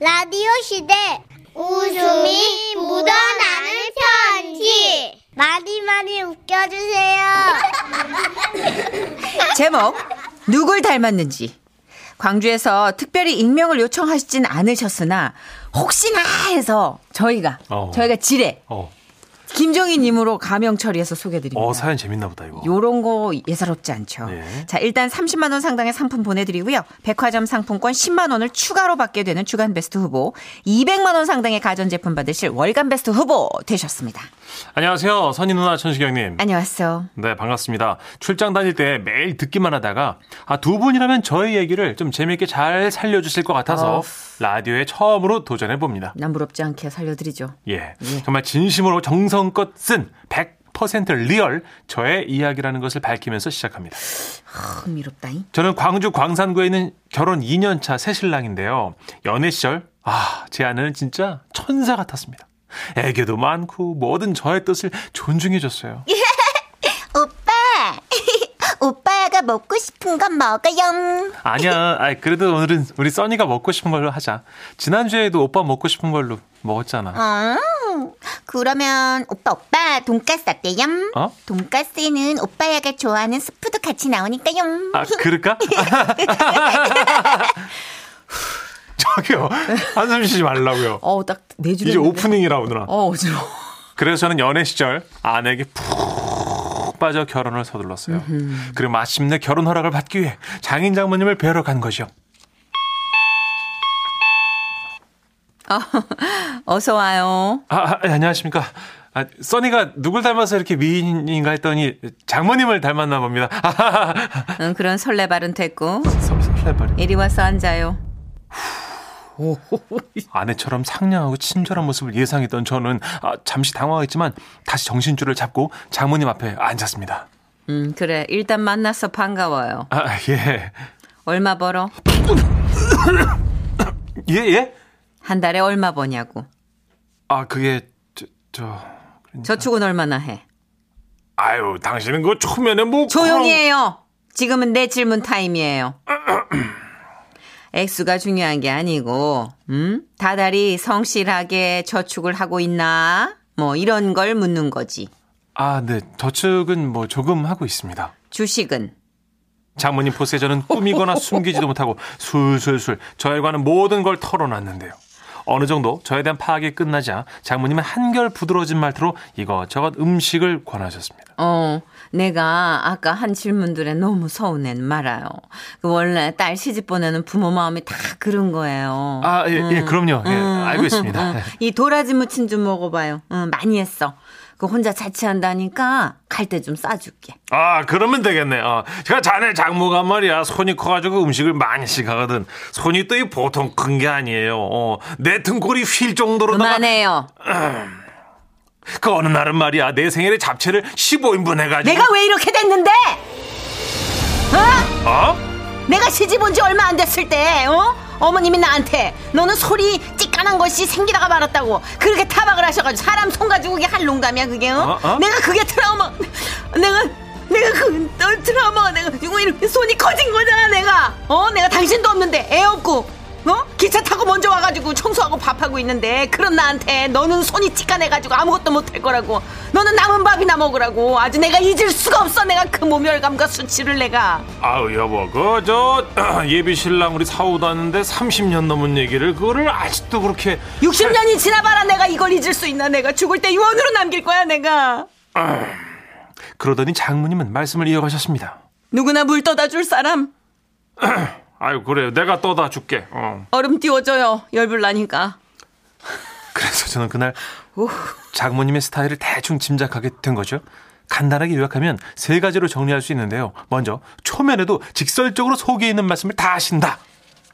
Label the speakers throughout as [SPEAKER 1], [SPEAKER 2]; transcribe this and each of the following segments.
[SPEAKER 1] 라디오 시대 웃음이 묻어나는 편지 많이 많이 웃겨주세요.
[SPEAKER 2] 제목 누굴 닮았는지 광주에서 특별히 익명을 요청하시진 않으셨으나 혹시나 해서 저희가
[SPEAKER 3] 어.
[SPEAKER 2] 저희가 지뢰
[SPEAKER 3] 어,
[SPEAKER 2] 김종희님으로 가명 처리해서 소개드립니다.
[SPEAKER 3] 어 사연 재밌나 보다 이거.
[SPEAKER 2] 요런 거 예사롭지 않죠.
[SPEAKER 3] 네.
[SPEAKER 2] 자, 일단 30만 원 상당의 상품 보내 드리고요. 백화점 상품권 10만 원을 추가로 받게 되는 주간 베스트 후보, 200만 원 상당의 가전 제품 받으실 월간 베스트 후보 되셨습니다.
[SPEAKER 3] 안녕하세요, 선희 누나 천식영님.
[SPEAKER 2] 안녕하세요.
[SPEAKER 3] 네, 반갑습니다. 출장 다닐 때 매일 듣기만 하다가 아, 두 분이라면 저의 얘기를 좀 재미있게 잘 살려주실 것 같아서
[SPEAKER 2] 어.
[SPEAKER 3] 라디오에 처음으로 도전해 봅니다.
[SPEAKER 2] 남부럽지 않게 살려 드리죠.
[SPEAKER 3] 예,
[SPEAKER 2] 예.
[SPEAKER 3] 정말 진심으로 정성껏 쓴 100% 리얼 저의 이야기라는 것을 밝히면서 시작합니다.
[SPEAKER 2] 흥미롭다잉.
[SPEAKER 3] 저는 광주 광산구에 있는 결혼 2년차 새신랑인데요. 연애 시절, 아, 제 아내는 진짜 천사 같았습니다. 애교도 많고 뭐든 저의 뜻을 존중해줬어요.
[SPEAKER 1] 오빠, 오빠가 먹고 싶은 건 먹어요.
[SPEAKER 3] 아니야, 아이, 그래도 오늘은 우리 써니가 먹고 싶은 걸로 하자. 지난주에도 오빠 먹고 싶은 걸로 먹었잖아.
[SPEAKER 1] 어, 그러면 오빠 오빠 돈까스 어때요?
[SPEAKER 2] 아.
[SPEAKER 3] 어?
[SPEAKER 1] 돈까스에는 오빠야가 좋아하는 스프도 같이 나오니까요.
[SPEAKER 3] 아, 그럴까? 저기요, 한숨 쉬지 말라고요.
[SPEAKER 2] 어, 딱 네 줄.
[SPEAKER 3] 이제 오프닝이라 오늘아.
[SPEAKER 2] 어, 어지러워.
[SPEAKER 3] 그래서 저는 연애 시절 아내에게 푹 빠져 결혼을 서둘렀어요. 그리고 마침내 결혼 허락을 받기 위해 장인 장모님을 뵈러 간 거죠.
[SPEAKER 2] 어서 와요.
[SPEAKER 3] 아, 아, 안녕하십니까. 아, 써니가 누굴 닮아서 이렇게 미인인가 했더니 장모님을 닮았나 봅니다.
[SPEAKER 2] 응, 그런 설레발은 됐고.
[SPEAKER 3] 설- 설레발이.
[SPEAKER 2] 이리 와서 앉아요.
[SPEAKER 3] 아내처럼 상냥하고 친절한 모습을 예상했던 저는 아, 잠시 당황했지만 다시 정신줄을 잡고 장모님 앞에 앉았습니다.
[SPEAKER 2] 음, 그래. 일단 만나서 반가워요.
[SPEAKER 3] 아, 예.
[SPEAKER 2] 얼마 벌어?
[SPEAKER 3] 예, 예?
[SPEAKER 2] 한 달에 얼마 버냐고.
[SPEAKER 3] 아, 그게, 저, 저. 그러니까.
[SPEAKER 2] 저축은 얼마나 해?
[SPEAKER 3] 아유, 당신은 그 초면에 뭐.
[SPEAKER 2] 조용히
[SPEAKER 3] 그런-
[SPEAKER 2] 해요. 지금은 내 질문 타임이에요. 액수가 중요한 게 아니고, 음? 다달이 성실하게 저축을 하고 있나? 뭐 이런 걸 묻는 거지.
[SPEAKER 3] 아, 네. 저축은 뭐 조금 하고 있습니다.
[SPEAKER 2] 주식은
[SPEAKER 3] 장모님 포스에 저는 꾸미거나 숨기지도 못하고 술술술 저혈과는 모든 걸 털어놨는데요. 어느 정도 저에 대한 파악이 끝나자 장모님은 한결 부드러워진 말투로 이것저것 음식을 권하셨습니다.
[SPEAKER 2] 어, 내가 아까 한 질문들에 너무 서운해 말아요. 그 원래 딸 시집 보내는 부모 마음이 다 그런 거예요.
[SPEAKER 3] 아, 예,
[SPEAKER 2] 음.
[SPEAKER 3] 예, 그럼요. 예, 알고 있습니다.
[SPEAKER 2] 응. 이 도라지 무침 좀 먹어봐요. 응, 많이 했어. 그 혼자 자취한다니까 갈 때 좀 싸줄게.
[SPEAKER 3] 아, 그러면 되겠네. 요 제가 자네 장모가 말이야. 손이 커가지고 음식을 많이씩 하거든. 손이 또 이 보통 큰 게 아니에요. 어, 내 등골이 휠 정도로다가
[SPEAKER 2] 그만해요.
[SPEAKER 3] 그 어느 날은 말이야 내 생일에 잡채를 15인분 해가지고
[SPEAKER 2] 내가 왜 이렇게 됐는데? 어?
[SPEAKER 3] 어?
[SPEAKER 2] 내가 시집 온 지 얼마 안 됐을 때, 어? 어머님이 나한테 너는 소리 찌까난 것이 생기다가 말았다고 그렇게 타박을 하셔가지고 사람 손 가지고 그게 할 농담이야 그게 어?
[SPEAKER 3] 어? 어?
[SPEAKER 2] 내가 그게 트라우마 내가 내가 그 어, 트라우마 내가 이거 이렇게 손이 커진 거잖아 내가 어 내가 당신도 없는데 애 없고 어 기차 타고 먼저 와가지고 청소하고 밥하고 있는데 그런 나한테 너는 손이 찌까내가지고 아무것도 못할 거라고 너는 남은 밥이나 먹으라고 아주 내가 잊을 수가 없어 내가 그 모멸감과 수치를 내가
[SPEAKER 3] 아우 여보 그 저 예비 신랑 우리 사오다는데 30년 넘은 얘기를 그거를 아직도 그렇게
[SPEAKER 2] 60년이 지나봐라 내가 이걸 잊을 수 있나 내가 죽을 때 유언으로 남길 거야 내가
[SPEAKER 3] 그러더니 장모님은 말씀을 이어가셨습니다
[SPEAKER 2] 누구나 물 떠다 줄 사람
[SPEAKER 3] 아유 그래요 내가 떠다 줄게 어.
[SPEAKER 2] 얼음 띄워줘요 열불 나니까
[SPEAKER 3] 그래서 저는 그날 장모님의 스타일을 대충 짐작하게 된 거죠 간단하게 요약하면 세 가지로 정리할 수 있는데요 먼저 초면에도 직설적으로 속에 있는 말씀을 다 하신다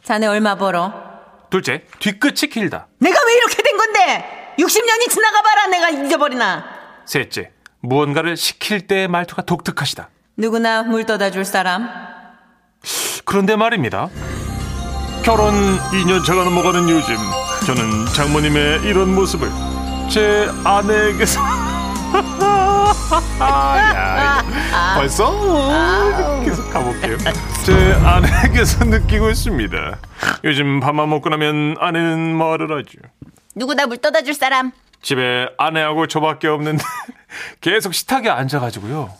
[SPEAKER 2] 자네 얼마 벌어
[SPEAKER 3] 둘째 뒤끝이 길다
[SPEAKER 2] 내가 왜 이렇게 된 건데 60년이 지나가봐라 내가 잊어버리나
[SPEAKER 3] 셋째, 무언가를 시킬 때의 말투가 독특하시다.
[SPEAKER 2] 누구나 물 떠다 줄 사람
[SPEAKER 3] 그런데 말입니다.
[SPEAKER 4] 결혼 2년차가 넘어가는 요즘 저는 장모님의 이런 모습을 제 아내에게서 아, 야, 이거 벌써 계속 가볼게요 제 아내에게서 느끼고 있습니다. 요즘 밥만 먹고 나면 아내는 말을 하죠.
[SPEAKER 2] 누구 나 물 떠다 줄 사람?
[SPEAKER 4] 집에 아내하고 저밖에 없는데
[SPEAKER 3] 계속 식탁에 앉아가지고요.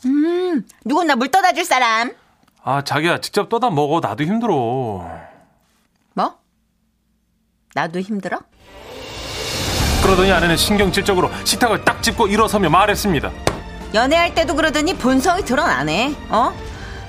[SPEAKER 2] 누구 나 물 떠다 줄 사람?
[SPEAKER 3] 아, 자기야, 직접 떠다 먹어. 나도 힘들어.
[SPEAKER 2] 뭐? 나도 힘들어?
[SPEAKER 3] 그러더니 아내는 신경질적으로 식탁을 딱 짚고 일어서며 말했습니다.
[SPEAKER 2] 연애할 때도 그러더니 본성이 드러나네. 어?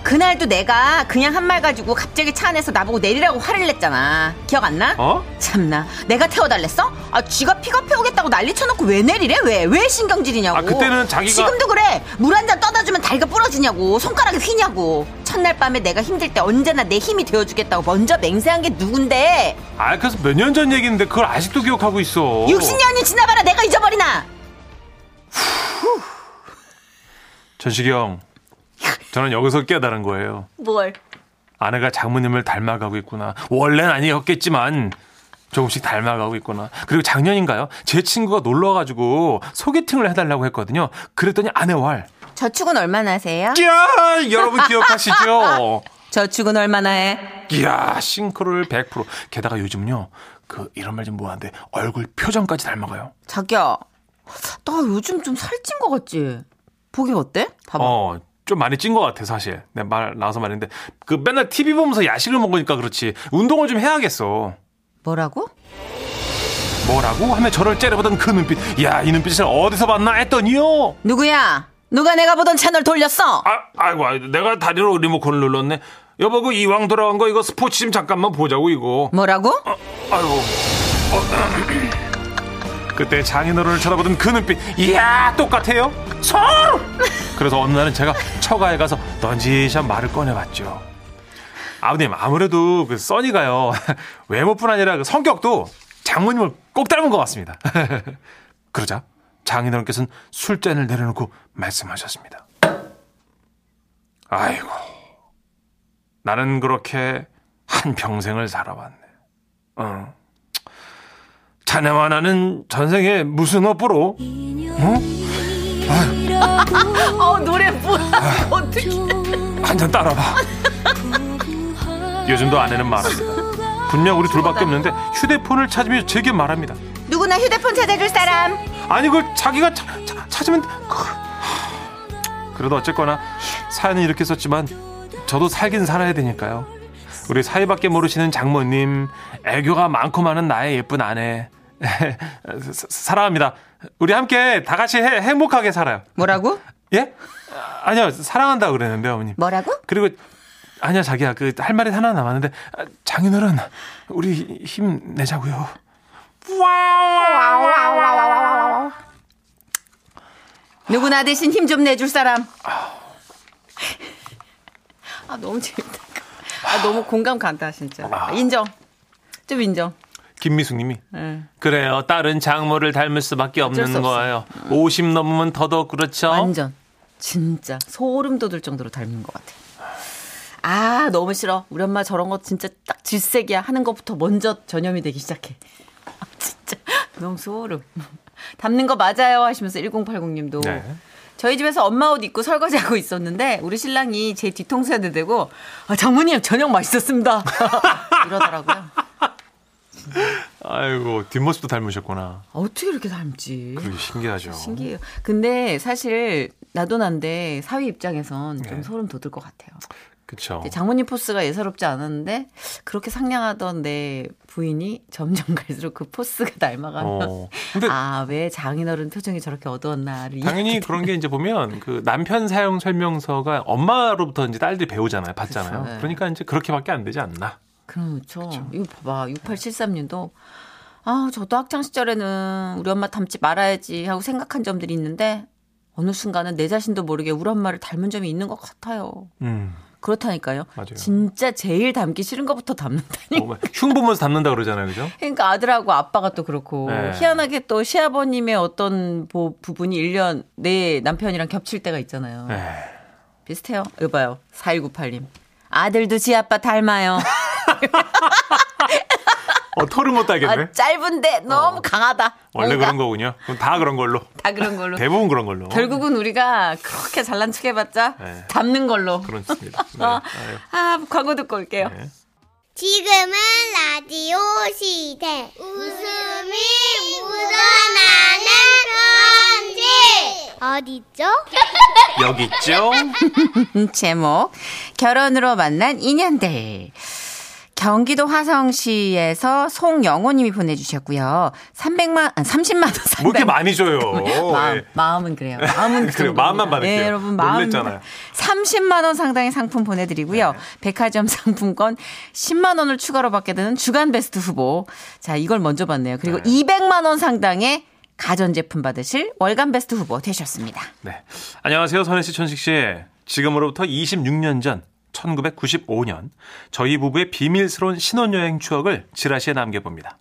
[SPEAKER 2] 그날도 내가 그냥 한 말 가지고 갑자기 차 안에서 나보고 내리라고 화를 냈잖아. 기억 안 나?
[SPEAKER 3] 어?
[SPEAKER 2] 참나. 내가 태워달랬어? 아, 지가 피가 피우겠다고 난리 쳐놓고 왜 내리래? 왜? 왜 신경질이냐고.
[SPEAKER 3] 아, 그때는 자기가-
[SPEAKER 2] 지금도 그래. 물 한 잔 떠다 주면 다리가 부러지냐고. 손가락이 휘냐고. 첫날 밤에 내가 힘들 때 언제나 내 힘이 되어주겠다고 먼저 맹세한 게 누군데?
[SPEAKER 3] 아, 그래서 몇 년 전 얘기인데 그걸 아직도 기억하고 있어.
[SPEAKER 2] 60년이 지나봐라 내가 잊어버리나?
[SPEAKER 3] 전식이 형, 저는 여기서 깨달은 거예요.
[SPEAKER 2] 뭘?
[SPEAKER 3] 아내가 장모님을 닮아가고 있구나. 원래는 아니었겠지만 조금씩 닮아가고 있구나. 그리고 작년인가요? 제 친구가 놀러가지고 소개팅을 해달라고 했거든요. 그랬더니 아내 왈.
[SPEAKER 2] 저축은 얼마나 하세요?
[SPEAKER 3] 이야, 여러분 기억하시죠?
[SPEAKER 2] 저축은 얼마나 해?
[SPEAKER 3] 이야, 싱크로율 100%. 게다가 요즘은요, 그, 이런 말 좀 뭐하는데, 얼굴 표정까지 닮아가요.
[SPEAKER 2] 자기야, 나 요즘 좀 살찐 것 같지? 보기 어때? 봐봐.
[SPEAKER 3] 어, 좀 많이 찐 것 같아, 사실. 내 말 나와서 말인데. 그, 맨날 TV 보면서 야식을 먹으니까 그렇지. 운동을 좀 해야겠어.
[SPEAKER 2] 뭐라고?
[SPEAKER 3] 뭐라고? 하며 저를 째려보던 그 눈빛. 이야, 이 눈빛을 어디서 봤나 했더니요.
[SPEAKER 2] 누구야? 누가 내가 보던 채널 돌렸어?
[SPEAKER 3] 아, 아이고, 아이고, 내가 다리로 리모컨을 눌렀네. 여보, 그 이왕 돌아간 거 이거 스포츠 좀 잠깐만 보자고, 이거.
[SPEAKER 2] 뭐라고?
[SPEAKER 3] 아이고. 어, 그때 장인어른을 쳐다보던 그 눈빛. 이야, 똑같아요. 서로! 그래서 어느 날은 제가 처가에 가서 넌지샷 말을 꺼내봤죠. 아버님, 아무래도 그 써니가요. 외모뿐 아니라 그 성격도 장모님을 꼭 닮은 것 같습니다. 그러자 장인어른께서는 술잔을 내려놓고 말씀하셨습니다. 아이고. 나는 그렇게 한 평생을 살아왔네. 어. 자네와 나는 전생에 무슨 업보로?
[SPEAKER 5] 어 노래 뭐야? 어떻게?
[SPEAKER 3] 한 잔 따라봐. 요즘도 아내는 말합니다. 분명 우리 둘밖에 없는데 휴대폰을 찾으며 제게 말합니다.
[SPEAKER 2] 누구나 휴대폰 찾아줄 사람.
[SPEAKER 3] 아니 그걸 자기가 차- 차- 찾으면 크. 그래도 어쨌거나 사연은 이렇게 썼지만 저도 살긴 살아야 되니까요. 우리 사이밖에 모르시는 장모님, 애교가 많고 많은 나의 예쁜 아내 사- 사랑합니다. 우리 함께 다 같이 해- 행복하게 살아요.
[SPEAKER 2] 뭐라고?
[SPEAKER 3] 예? 아, 아니요 사랑한다 그랬는데 어머님
[SPEAKER 2] 뭐라고?
[SPEAKER 3] 그리고 아니야 자기야 그 할 말이 하나 남았는데 아, 장인어른 우리 힘 내자고요
[SPEAKER 2] 누구나 대신 힘 좀 내줄 사람.
[SPEAKER 5] 아 너무 재밌다. 아 너무 공감 간다 진짜. 아, 인정. 좀 인정.
[SPEAKER 3] 김미숙님이
[SPEAKER 5] 예.
[SPEAKER 3] 그래요 딸은 장모를 닮을 수밖에
[SPEAKER 5] 어쩔 수
[SPEAKER 3] 없는
[SPEAKER 5] 없어.
[SPEAKER 3] 거예요 50 넘으면 더더욱 그렇죠
[SPEAKER 5] 완전 진짜 소름 돋을 정도로 닮은 것 같아. 아 너무 싫어. 우리 엄마 저런 거 진짜 딱 질색이야 하는 것부터 먼저 전염이 되기 시작해. 아, 진짜 너무 소름. 닮는 거 맞아요 하시면서 1080님도
[SPEAKER 3] 네.
[SPEAKER 5] 저희 집에서 엄마 옷 입고 설거지하고 있었는데 우리 신랑이 제 뒤통수에 대대고 아, 장모님 저녁 맛있었습니다 이러더라고요. 아,
[SPEAKER 3] 아이고 뒷모습도 닮으셨구나
[SPEAKER 5] 어떻게 이렇게 닮지?
[SPEAKER 3] 그게 신기하죠
[SPEAKER 5] 음, 신기해요. 근데 사실 나도 난데 사위 입장에선
[SPEAKER 3] 네.
[SPEAKER 5] 좀 소름 돋을 것 같아요.
[SPEAKER 3] 그쵸
[SPEAKER 5] 근데 장모님 포스가 예사롭지 않았는데 그렇게 상냥하던 내 부인이 점점 갈수록 그 포스가 닮아가면
[SPEAKER 3] 어. 근데
[SPEAKER 5] 아 왜 장인어른 표정이 저렇게 어두웠나를
[SPEAKER 3] 당연히 그런 게 이제 보면 그 남편 사용 설명서가 엄마로부터 이제 딸들이 배우잖아요 받잖아요
[SPEAKER 5] 그쵸, 네.
[SPEAKER 3] 그러니까 이제 그렇게밖에 안 되지 않나
[SPEAKER 5] 그렇죠. 이거 봐봐. 6873님도 아, 저도 학창 시절에는 우리 엄마 닮지 말아야지 하고 생각한 점들이 있는데 어느 순간은 내 자신도 모르게 우리 엄마를 닮은 점이 있는 것 같아요.
[SPEAKER 3] 음.
[SPEAKER 5] 그렇다니까요.
[SPEAKER 3] 맞아요.
[SPEAKER 5] 진짜 제일 닮기 싫은 것부터 닮는다니.
[SPEAKER 3] 뭐, 흉 보면서 닮는다 그러잖아요, 그죠?
[SPEAKER 5] 그러니까 아들하고 아빠가 또 그렇고
[SPEAKER 3] 네.
[SPEAKER 5] 희한하게 또 시아버님의 어떤 보- 부분이 1년 내 남편이랑 겹칠 때가 있잖아요.
[SPEAKER 3] 네.
[SPEAKER 5] 비슷해요. 여봐요. 4198님. 아들도 지 아빠 닮아요.
[SPEAKER 3] 어, 털을 못 달겠네.
[SPEAKER 2] 아, 짧은데 너무 강하다.
[SPEAKER 3] 어. 원래
[SPEAKER 2] 뭔가
[SPEAKER 3] 그런 거군요. 그럼 다 그런 걸로.
[SPEAKER 2] 다 그런 걸로.
[SPEAKER 3] 대부분 그런 걸로.
[SPEAKER 2] 결국은 우리가 그렇게 잘난 척 해봤자
[SPEAKER 3] 네.
[SPEAKER 2] 담는 걸로.
[SPEAKER 3] 그렇습니다. 네.
[SPEAKER 2] 어.
[SPEAKER 3] 아유,
[SPEAKER 2] 아 광고 듣고 올게요.
[SPEAKER 3] 네.
[SPEAKER 1] 지금은 라디오 시대. 웃음이 묻어나는 편지. 어디죠?
[SPEAKER 3] 네. 여기 있죠? 뭐
[SPEAKER 2] 음, 제목 결혼으로 만난 인연들 경기도 화성시에서 송영호님이 보내주셨고요. 300만 아, 30만 원
[SPEAKER 3] 뭐 이렇게
[SPEAKER 2] 상당.
[SPEAKER 3] 많이 줘요.
[SPEAKER 2] 네, 마음,
[SPEAKER 3] 예.
[SPEAKER 2] 마음은 그래요. 마음은 그
[SPEAKER 3] 그래요.
[SPEAKER 2] 정도입니다.
[SPEAKER 3] 마음만 받을게요.
[SPEAKER 2] 네, 여러분 마음
[SPEAKER 3] 놀랬잖아요. 네.
[SPEAKER 2] 30만 원 상당의 상품 보내드리고요. 백화점 상품권 10만 원을 추가로 받게 되는 주간 베스트 후보. 자 이걸 먼저 봤네요. 그리고 200만 원 상당의 가전제품 받으실 월간 베스트 후보 되셨습니다.
[SPEAKER 3] 네. 안녕하세요. 선혜 씨, 천식 씨. 지금으로부터 26년 전 1995년 저희 부부의 비밀스러운 신혼여행 추억을 지라시에 남겨봅니다.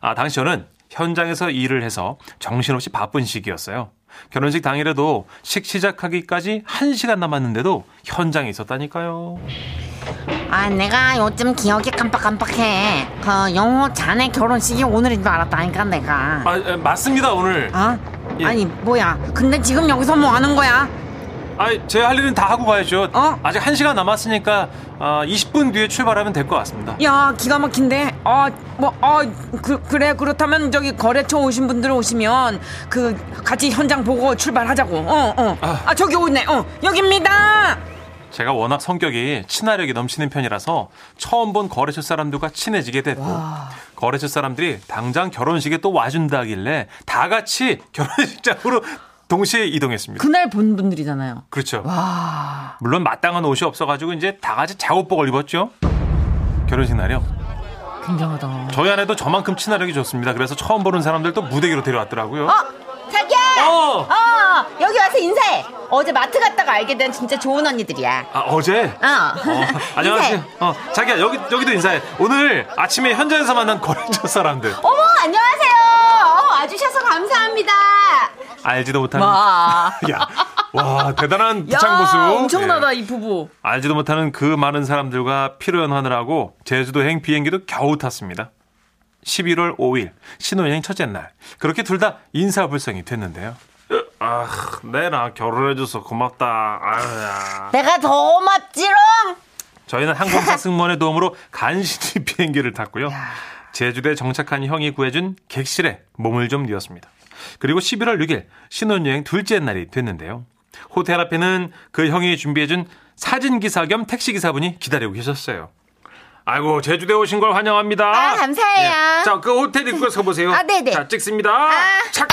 [SPEAKER 3] 아, 당시 저는 현장에서 일을 해서 정신없이 바쁜 시기였어요. 결혼식 당일에도 식 시작하기까지 1시간 남았는데도 현장에 있었다니까요.
[SPEAKER 2] 아, 내가 요즘 기억이 깜빡깜빡해. 그 영호 자네 결혼식이 오늘인 줄 알았다니까 내가.
[SPEAKER 3] 아, 에, 맞습니다, 오늘.
[SPEAKER 2] 아?
[SPEAKER 3] 예.
[SPEAKER 2] 아니 뭐야? 근데 지금 여기서 뭐 하는 거야?
[SPEAKER 3] 아, 제가 할 일은 다 하고 가야죠.
[SPEAKER 2] 어?
[SPEAKER 3] 아직 1시간 남았으니까 아, 20분 뒤에 출발하면 될 것 같습니다.
[SPEAKER 5] 야 기가 막힌데
[SPEAKER 2] 아,
[SPEAKER 5] 아뭐아그 그래 그렇다면 저기 거래처 오신 분들 오시면 그 같이 현장 보고 출발하자고 어어아
[SPEAKER 3] 아.
[SPEAKER 5] 저기 오네 어 여기입니다
[SPEAKER 3] 제가 워낙 성격이 친화력이 넘치는 편이라서 처음 본 거래처 사람들과 친해지게 됐고 거래처 사람들이 당장 결혼식에 또 와준다길래 다 같이 결혼식장으로 동시에 이동했습니다.
[SPEAKER 5] 그날 본 분들이잖아요
[SPEAKER 3] 그렇죠. 물론 마땅한 옷이 없어가지고 이제 다 같이 작업복을 입었죠. 결혼식 날이요.
[SPEAKER 5] 굉장하다
[SPEAKER 3] 저희 안에도 저만큼 친화력이 좋습니다. 그래서 처음 보는 사람들도 무대기로 데려왔더라고요.
[SPEAKER 2] 자기야.
[SPEAKER 3] 어!
[SPEAKER 2] 어 여기 와서 인사해. 어제 마트 갔다가 알게 된 진짜 좋은 언니들이야.
[SPEAKER 3] 아, 어제?
[SPEAKER 2] 어.
[SPEAKER 3] 어, 안녕하세요.
[SPEAKER 2] 인사해.
[SPEAKER 3] 어, 자기야, 여기, 여기도 인사해. 오늘 아침에 현장에서 만난 거래처 사람들.
[SPEAKER 2] 어머 안녕하세요. 어, 와주셔서 감사합니다.
[SPEAKER 3] 알지도 못하는
[SPEAKER 2] 와.
[SPEAKER 3] 야, 와 대단한
[SPEAKER 5] 야
[SPEAKER 3] 부창 보수.
[SPEAKER 5] 아. 엄청나다
[SPEAKER 3] 예.
[SPEAKER 5] 이 부부
[SPEAKER 3] 알지도 못하는 그 많은 사람들과 피로연하느라고 제주도행 비행기도 겨우 탔습니다. 11월 5일 신혼여행 첫째 날 그렇게 둘 다 인사불성이 됐는데요. 아, 내나 결혼해줘서 고맙다. 아야.
[SPEAKER 2] 내가 더 고맙지롱.
[SPEAKER 3] 저희는 항공사 승무원의 도움으로 간신히 비행기를 탔고요. 제주도에 정착한 형이 구해준 객실에 몸을 좀 뉘었습니다. 그리고 11월 6일 신혼여행 둘째 날이 됐는데요. 호텔 앞에는 그 형이 준비해준 사진기사 겸 택시기사분이 기다리고 계셨어요. 아이고 제주도에 오신 걸 환영합니다.
[SPEAKER 2] 아, 감사해요.
[SPEAKER 3] 자, 그 호텔 입구에 서 보세요.
[SPEAKER 2] 아, 네네.
[SPEAKER 3] 자, 찍습니다. 착.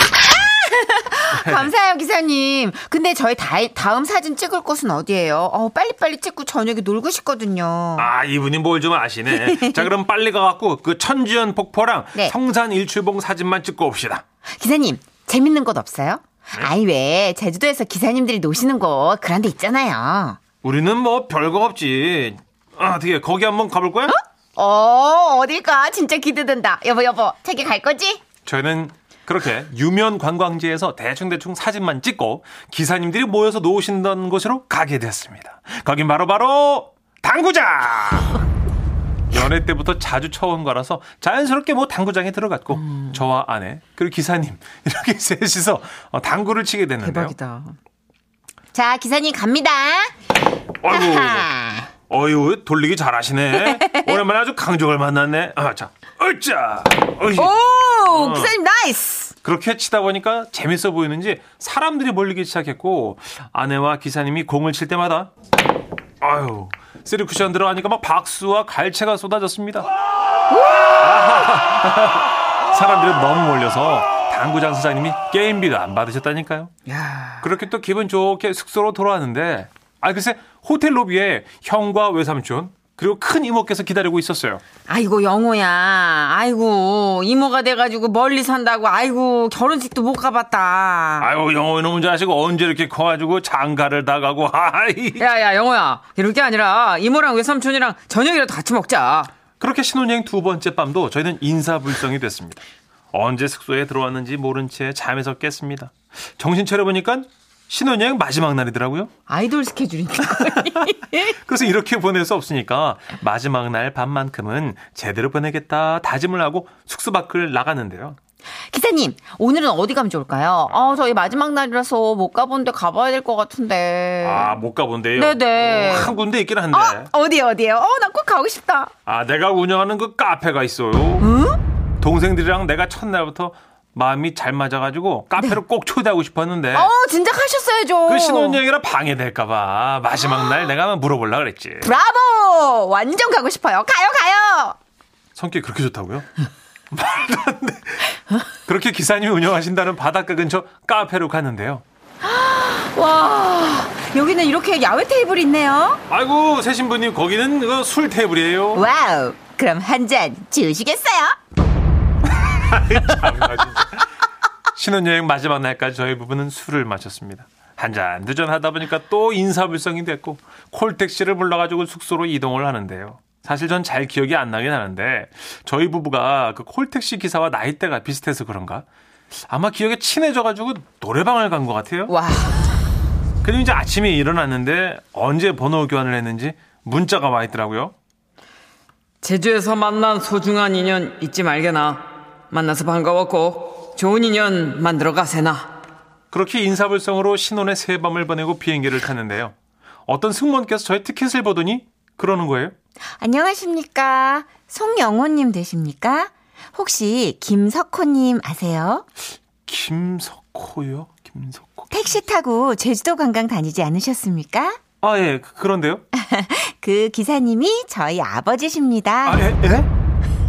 [SPEAKER 2] 감사해요 기사님. 근데 저희 다, 다음 사진 찍을 곳은 어디예요? 어 빨리빨리 찍고 저녁에 놀고 싶거든요.
[SPEAKER 3] 아, 이분이 뭘 좀 아시네. 자, 그럼 빨리 가갖고 그 천지연 폭포랑
[SPEAKER 2] 네.
[SPEAKER 3] 성산 일출봉 사진만 찍고 옵시다.
[SPEAKER 2] 기사님 재밌는 곳 없어요?
[SPEAKER 3] 네.
[SPEAKER 2] 아니 왜 제주도에서 기사님들이 노시는 곳 그런 데 있잖아요.
[SPEAKER 3] 우리는 뭐 별거 없지. 아, 되게 거기 한번 가볼 거야?
[SPEAKER 2] 어 어딜까 진짜 기대된다. 여보 여보 저기 갈 거지?
[SPEAKER 3] 저희는 그렇게 유명 관광지에서 대충대충 사진만 찍고 기사님들이 모여서 놓으신다는 곳으로 가게 됐습니다. 거긴 바로바로 당구장! 연애 때부터 자주 쳐온 거라서 자연스럽게 뭐 당구장에 들어갔고
[SPEAKER 5] 음.
[SPEAKER 3] 저와 아내 그리고 기사님 이렇게 셋이서 어, 당구를 치게 됐는데요.
[SPEAKER 5] 대박이다
[SPEAKER 2] 자 기사님 갑니다.
[SPEAKER 3] 아이고,
[SPEAKER 2] 하하.
[SPEAKER 3] 어유 돌리기 잘하시네. 오랜만에 아주 강적을 만났네. 아, 자, 얼짜. 어이.
[SPEAKER 5] 오 기사님 나이스
[SPEAKER 3] 그렇게 치다 보니까 재밌어 보이는지 사람들이 몰리기 시작했고 아내와 기사님이 공을 칠 때마다 아유 쓰리쿠션 들어가니까 막 박수와 갈채가 쏟아졌습니다. 아하하하. 사람들이 너무 몰려서 당구장 사장님이 게임비도 안 받으셨다니까요.
[SPEAKER 5] 야
[SPEAKER 3] 그렇게 또 기분 좋게 숙소로 돌아왔는데 아 글쎄 호텔 로비에 형과 외삼촌 그리고 큰 이모께서 기다리고 있었어요.
[SPEAKER 5] 아이고 영호야 아이고 이모가 돼가지고 멀리 산다고 아이고 결혼식도 못 가봤다
[SPEAKER 3] 아유 영호 이놈은 자시고 언제 이렇게 커가지고 장가를 나가고 아이
[SPEAKER 5] 야야 영호야 이럴 게 아니라 이모랑 외삼촌이랑 저녁이라도 같이 먹자
[SPEAKER 3] 그렇게 신혼여행 두 번째 밤도 저희는 인사불성이 됐습니다. 언제 숙소에 들어왔는지 모른 채 잠에서 깼습니다. 정신 차려보니까 신혼여행 마지막 날이더라고요.
[SPEAKER 2] 아이돌 스케줄이니까.
[SPEAKER 3] 그래서 이렇게 보낼 수 없으니까 마지막 날 밤만큼은 제대로 보내겠다 다짐을 하고 숙소 밖을 나갔는데요.
[SPEAKER 2] 기사님, 오늘은 어디 가면 좋을까요? 아, 저희 마지막 날이라서 못 가본데 가봐야 될 것 같은데.
[SPEAKER 3] 아 못 가본데요.
[SPEAKER 2] 네. 네네.
[SPEAKER 3] 어, 한 군데 있긴 한데.
[SPEAKER 2] 어디, 어디요? 어, 나 꼭 가고 싶다.
[SPEAKER 3] 아 내가 운영하는 그 카페가 있어요. 동생들이랑 내가 첫날부터 마음이 잘 맞아가지고 카페를 꼭 초대하고 싶었는데
[SPEAKER 2] 네. 어, 진짜 가셨어야죠.
[SPEAKER 3] 네. 그 신혼여행이라 방해될까봐 마지막 날 내가 한번 물어보려 그랬지.
[SPEAKER 2] 브라보! 완전 가고 싶어요. 가요, 가요!
[SPEAKER 3] 성격이 그렇게 좋다고요? 말도 안 돼. 그렇게 기사님이 운영하신다는 바닷가 근처 카페로 갔는데요.
[SPEAKER 2] 와, 여기는 이렇게 야외 테이블이 있네요.
[SPEAKER 3] 아이고 새 신부님 거기는 그술 테이블이에요.
[SPEAKER 2] 와우, 그럼 한 잔 주시겠어요?
[SPEAKER 3] 참나, 진짜. 신혼여행 마지막 날까지 저희 부부는 술을 마셨습니다. 한 잔 두 잔 하다 보니까 또 인사불성이 됐고 콜택시를 불러가지고 숙소로 이동을 하는데요. 사실 전 잘 기억이 안 나긴 하는데 저희 부부가 그 콜택시 기사와 나이대가 비슷해서 그런가 아마 기억에 친해져가지고 노래방을 간 것 같아요.
[SPEAKER 2] 와,
[SPEAKER 3] 그리고 이제 아침에 일어났는데 언제 번호 교환을 했는지 문자가 와 있더라고요.
[SPEAKER 6] 제주에서 만난 소중한 인연 잊지 말게나. 만나서 반가웠고 좋은 인연 만들어 가세나.
[SPEAKER 3] 그렇게 인사불성으로 신혼의 새 밤을 보내고 비행기를 탔는데요. 어떤 승무원께서 저의 티켓을 보더니 그러는 거예요.
[SPEAKER 2] 안녕하십니까. 송영호님 되십니까? 혹시 김석호님 아세요?
[SPEAKER 3] 김석호요? 김석호.
[SPEAKER 2] 택시 타고 제주도 관광 다니지 않으셨습니까?
[SPEAKER 3] 아, 예, 그- 그런데요?
[SPEAKER 2] 그 기사님이 저희 아버지십니다.
[SPEAKER 3] 아, 예, 예?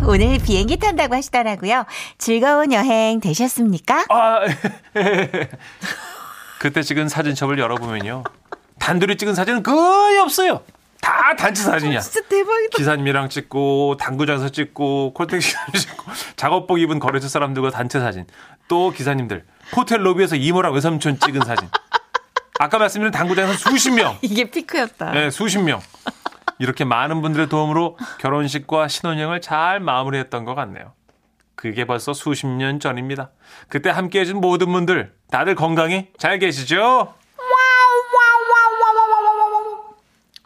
[SPEAKER 2] 오늘 비행기 탄다고 하시더라고요. 즐거운 여행 되셨습니까?
[SPEAKER 3] 아, 예, 예, 예. 그때 찍은 사진첩을 열어보면요. 단둘이 찍은 사진은 거의 없어요. 다 단체 사진이야.
[SPEAKER 2] 진짜 대박이다.
[SPEAKER 3] 기사님이랑 찍고 당구장에서 찍고 콜택시에서 찍고 작업복 입은 거래처 사람들과 단체 사진 또 기사님들 호텔 로비에서 이모랑 외삼촌 찍은 사진 아까 말씀드린 당구장에서 수십 명
[SPEAKER 2] 이게 피크였다.
[SPEAKER 3] 네, 수십 명 이렇게 많은 분들의 도움으로 결혼식과 신혼여행을 잘 마무리했던 것 같네요 그게 벌써 수십 년 전입니다 그때 함께해준 모든 분들 다들 건강히 잘 계시죠?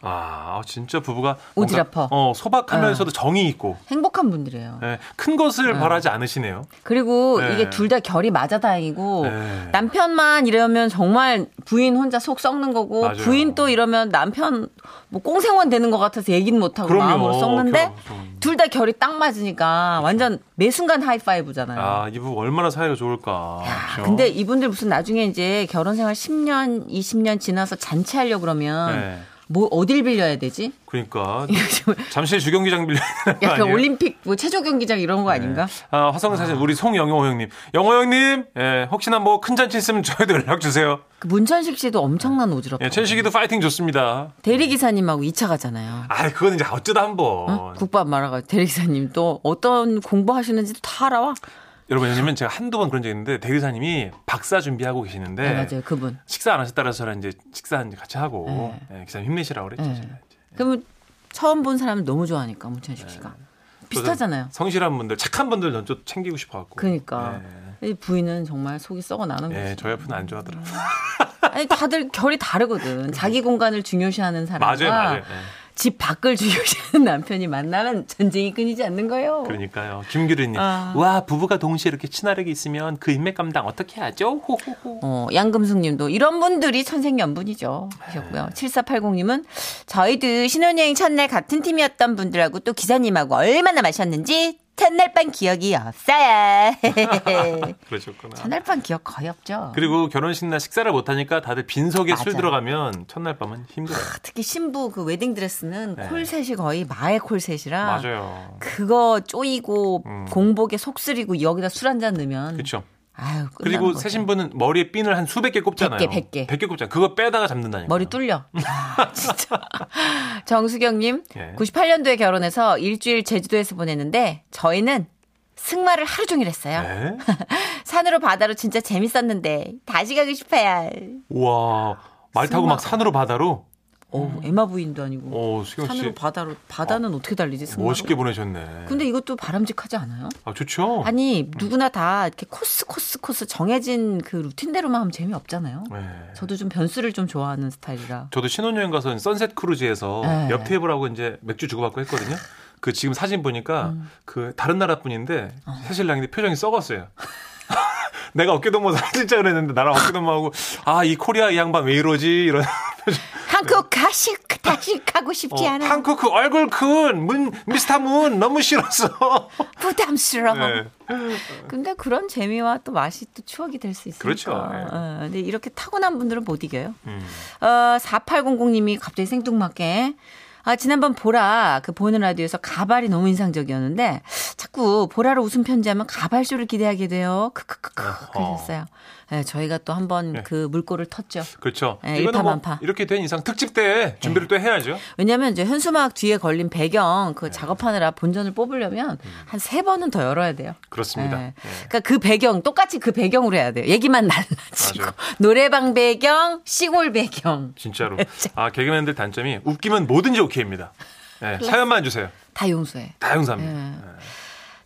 [SPEAKER 3] 아 진짜 부부가 뭔가,
[SPEAKER 2] 오지랖 아파.
[SPEAKER 3] 어, 소박하면서도 정이 있고
[SPEAKER 2] 행복한 분들이에요.
[SPEAKER 3] 네, 큰 것을 바라지 않으시네요.
[SPEAKER 2] 그리고
[SPEAKER 3] 네.
[SPEAKER 2] 이게 둘 다 결이 맞아 다행이고
[SPEAKER 3] 네.
[SPEAKER 2] 남편만 이러면 정말 부인 혼자 속 썩는 거고
[SPEAKER 3] 맞아요.
[SPEAKER 2] 부인 또 이러면 남편 뭐 꽁생원 되는 것 같아서 얘기는 못 하고
[SPEAKER 3] 그럼요.
[SPEAKER 2] 마음으로 썩는데
[SPEAKER 3] 그럼, 그럼.
[SPEAKER 2] 둘 다 결이 딱 맞으니까 완전 매 순간 하이파이브잖아요.
[SPEAKER 3] 아, 이분 얼마나 사이가 좋을까. 그렇죠?
[SPEAKER 2] 네. 근데 이분들 무슨 나중에 이제 결혼 생활 10년, 20년 지나서 잔치하려고 그러면
[SPEAKER 3] 네.
[SPEAKER 2] 뭐 어딜 빌려야 되지?
[SPEAKER 3] 그러니까 잠실 주경기장 빌려.
[SPEAKER 2] 약간 올림픽 뭐 체조 경기장 이런 거 아닌가?
[SPEAKER 3] 아, 화성 사진 우리 송영호 형님. 영호 형님, 예, 혹시나 뭐 큰 잔치 있으면 저희도 연락 주세요.
[SPEAKER 2] 그 문천식 씨도 엄청난 오지랖.
[SPEAKER 3] 예, 최식이도 파이팅 좋습니다.
[SPEAKER 2] 대리기사님하고 2차 가잖아요.
[SPEAKER 3] 아, 그건 이제 어쩌다 한번.
[SPEAKER 2] 국밥 말아가 대리기사님 또 어떤 공부하시는지도 다 알아와.
[SPEAKER 3] 여러분, 왜냐면 제가 한두 번 그런 적 있는데 대리사님이 박사 준비하고 계시는데
[SPEAKER 2] 네, 맞아요 그분.
[SPEAKER 3] 식사 안 하셨다라서 저랑 이제 식사 한 같이 하고 예, 기사님 힘내시라고 그랬죠.
[SPEAKER 2] 네.
[SPEAKER 3] 제가 이제.
[SPEAKER 2] 그러면 처음 본 사람 너무 좋아하니까 문천식 씨가
[SPEAKER 3] 네.
[SPEAKER 2] 비슷하잖아요.
[SPEAKER 3] 저는 성실한 분들, 착한 분들 전 좀 챙기고 싶어갖고. 네.
[SPEAKER 2] 그러니까 이 부인은 정말 속이 썩어 나는
[SPEAKER 3] 예,
[SPEAKER 2] 거지.
[SPEAKER 3] 예, 저희 앞은 안 좋아하더라고요.
[SPEAKER 2] 음, 아니 다들 결이 다르거든. 자기 공간을 중요시하는 사람과
[SPEAKER 3] 맞아요, 맞아요. 예.
[SPEAKER 2] 집 밖을 중요시하는 남편이 만나면 전쟁이 끊이지 않는 거예요.
[SPEAKER 3] 그러니까요. 김규리님.
[SPEAKER 2] 아.
[SPEAKER 3] 와, 부부가 동시에 이렇게 친화력이 있으면 그 인맥 감당 어떻게 하죠? 호호호.
[SPEAKER 2] 어, 양금숙님도 이런 분들이 천생연분이죠 하셨고요.
[SPEAKER 3] 네.
[SPEAKER 2] 7480님은 저희도 신혼여행 첫날 같은 팀이었던 분들하고 또 기사님하고 얼마나 마셨는지 첫날 밤 기억이 없어요.
[SPEAKER 3] 그러셨구나.
[SPEAKER 2] 첫날 밤 기억 거의 없죠.
[SPEAKER 3] 그리고 결혼식 날 식사를 못 하니까 다들 빈속에 술
[SPEAKER 2] 맞아요.
[SPEAKER 3] 들어가면 첫날 밤은 힘들어요.
[SPEAKER 2] 특히 신부 그 웨딩드레스는
[SPEAKER 3] 네.
[SPEAKER 2] 콜셋이 거의 마의 콜셋이라
[SPEAKER 3] 맞아요. 음.
[SPEAKER 2] 그거 쪼이고 공복에 속쓰리고 여기다 술 한 잔 넣으면
[SPEAKER 3] 그렇죠.
[SPEAKER 2] 아유 음, 끝나는
[SPEAKER 3] 그리고
[SPEAKER 2] 거죠.
[SPEAKER 3] 새 신부는 머리에 핀을 한 수백 개 꼽잖아요.
[SPEAKER 2] 백 개, 백 개.
[SPEAKER 3] 백 개 꼽잖아요. 그거 빼다가 잡는다니까.
[SPEAKER 2] 머리 뚫려. 아, 진짜. 정수경님,
[SPEAKER 3] 예.
[SPEAKER 2] 98년도에 결혼해서 일주일 제주도에서 보냈는데 저희는 승마를 하루 종일 했어요.
[SPEAKER 3] 네?
[SPEAKER 2] 산으로 바다로 진짜
[SPEAKER 3] 음.
[SPEAKER 2] 재밌었는데 다시 가고 싶어요.
[SPEAKER 3] 우와. 말 타고 막 산으로 바다로.
[SPEAKER 2] 어, 에마 부인도 아니고
[SPEAKER 3] 오, 수경
[SPEAKER 2] 산으로
[SPEAKER 3] 어, 씨
[SPEAKER 2] 바다로 바다는 어떻게 달리지? 승마로?
[SPEAKER 3] 멋있게 보내셨네.
[SPEAKER 2] 근데 이것도 바람직하지 않아요?
[SPEAKER 3] 아, 좋죠?
[SPEAKER 2] 아니 누구나 다 이렇게 코스 코스 코스 정해진 그 루틴대로만 하면 재미 없잖아요.
[SPEAKER 3] 네.
[SPEAKER 2] 저도 좀 변수를 좀 좋아하는 스타일이라.
[SPEAKER 3] 저도 신혼여행 가서 선셋 크루즈에서
[SPEAKER 2] 네.
[SPEAKER 3] 옆 테이블하고 이제 맥주 주고받고 했거든요. 그 지금 사진 보니까
[SPEAKER 2] 음.
[SPEAKER 3] 그 다른 나라 분인데
[SPEAKER 2] 어.
[SPEAKER 3] 새 신랑인데 표정이 썩었어요. 내가 어깨동무 사진 찍자 그랬는데 나랑 어깨동무하고 아 이 코리아 이 양반 왜 이러지 이런
[SPEAKER 2] 한국 가시 다시 가고 싶지
[SPEAKER 3] 어,
[SPEAKER 2] 않아.
[SPEAKER 3] 한국 그 얼굴 큰 문, 미스터 문 너무 싫었어.
[SPEAKER 2] 부담스러워.
[SPEAKER 3] 네.
[SPEAKER 2] 근데 그런 재미와 또 맛이 또 추억이 될 수 있으니까.
[SPEAKER 3] 그렇죠. 예. 음.
[SPEAKER 2] 어, 근데 이렇게 타고난 분들은 못 이겨요. 어, 4800님이 갑자기 생뚱맞게 아, 지난번 보라 그 보이는 라디오에서 가발이 너무 인상적이었는데 자꾸 보라로 웃음 편지하면 가발쇼를 기대하게 돼요. 크크크크 그러셨어요. 예, 저희가 또 한번
[SPEAKER 3] 네.
[SPEAKER 2] 그 물꼬를 텄죠.
[SPEAKER 3] 그렇죠.
[SPEAKER 2] 예,
[SPEAKER 3] 이거는 뭐
[SPEAKER 2] 일파만파. 네.
[SPEAKER 3] 이렇게 된 이상 특집 때 준비를 또 해야죠.
[SPEAKER 2] 왜냐면 이제 현수막 뒤에 걸린 배경
[SPEAKER 3] 네.
[SPEAKER 2] 그 작업하느라 본전을 뽑으려면
[SPEAKER 3] 음.
[SPEAKER 2] 한 세 번은 더 열어야 돼요.
[SPEAKER 3] 그렇습니다.
[SPEAKER 2] 예. 그러니까 그 배경 똑같이 그 배경으로 해야 돼요. 얘기만 달라지고
[SPEAKER 3] 맞아요.
[SPEAKER 2] 노래방 배경, 시골 배경
[SPEAKER 3] 진짜로. 아 개그맨들 단점이 웃기면 뭐든지 오케이입니다. 예, 사연만 주세요.
[SPEAKER 2] 다 용서해. 예.
[SPEAKER 3] 다
[SPEAKER 2] 네.
[SPEAKER 3] 용서합니다.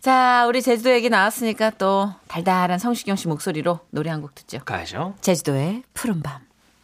[SPEAKER 2] 자, 우리 제주도 얘기 나왔으니까 또 달달한 성시경 씨 목소리로 노래 한 곡 듣죠.
[SPEAKER 3] 가야죠.
[SPEAKER 2] 제주도의 푸른 밤.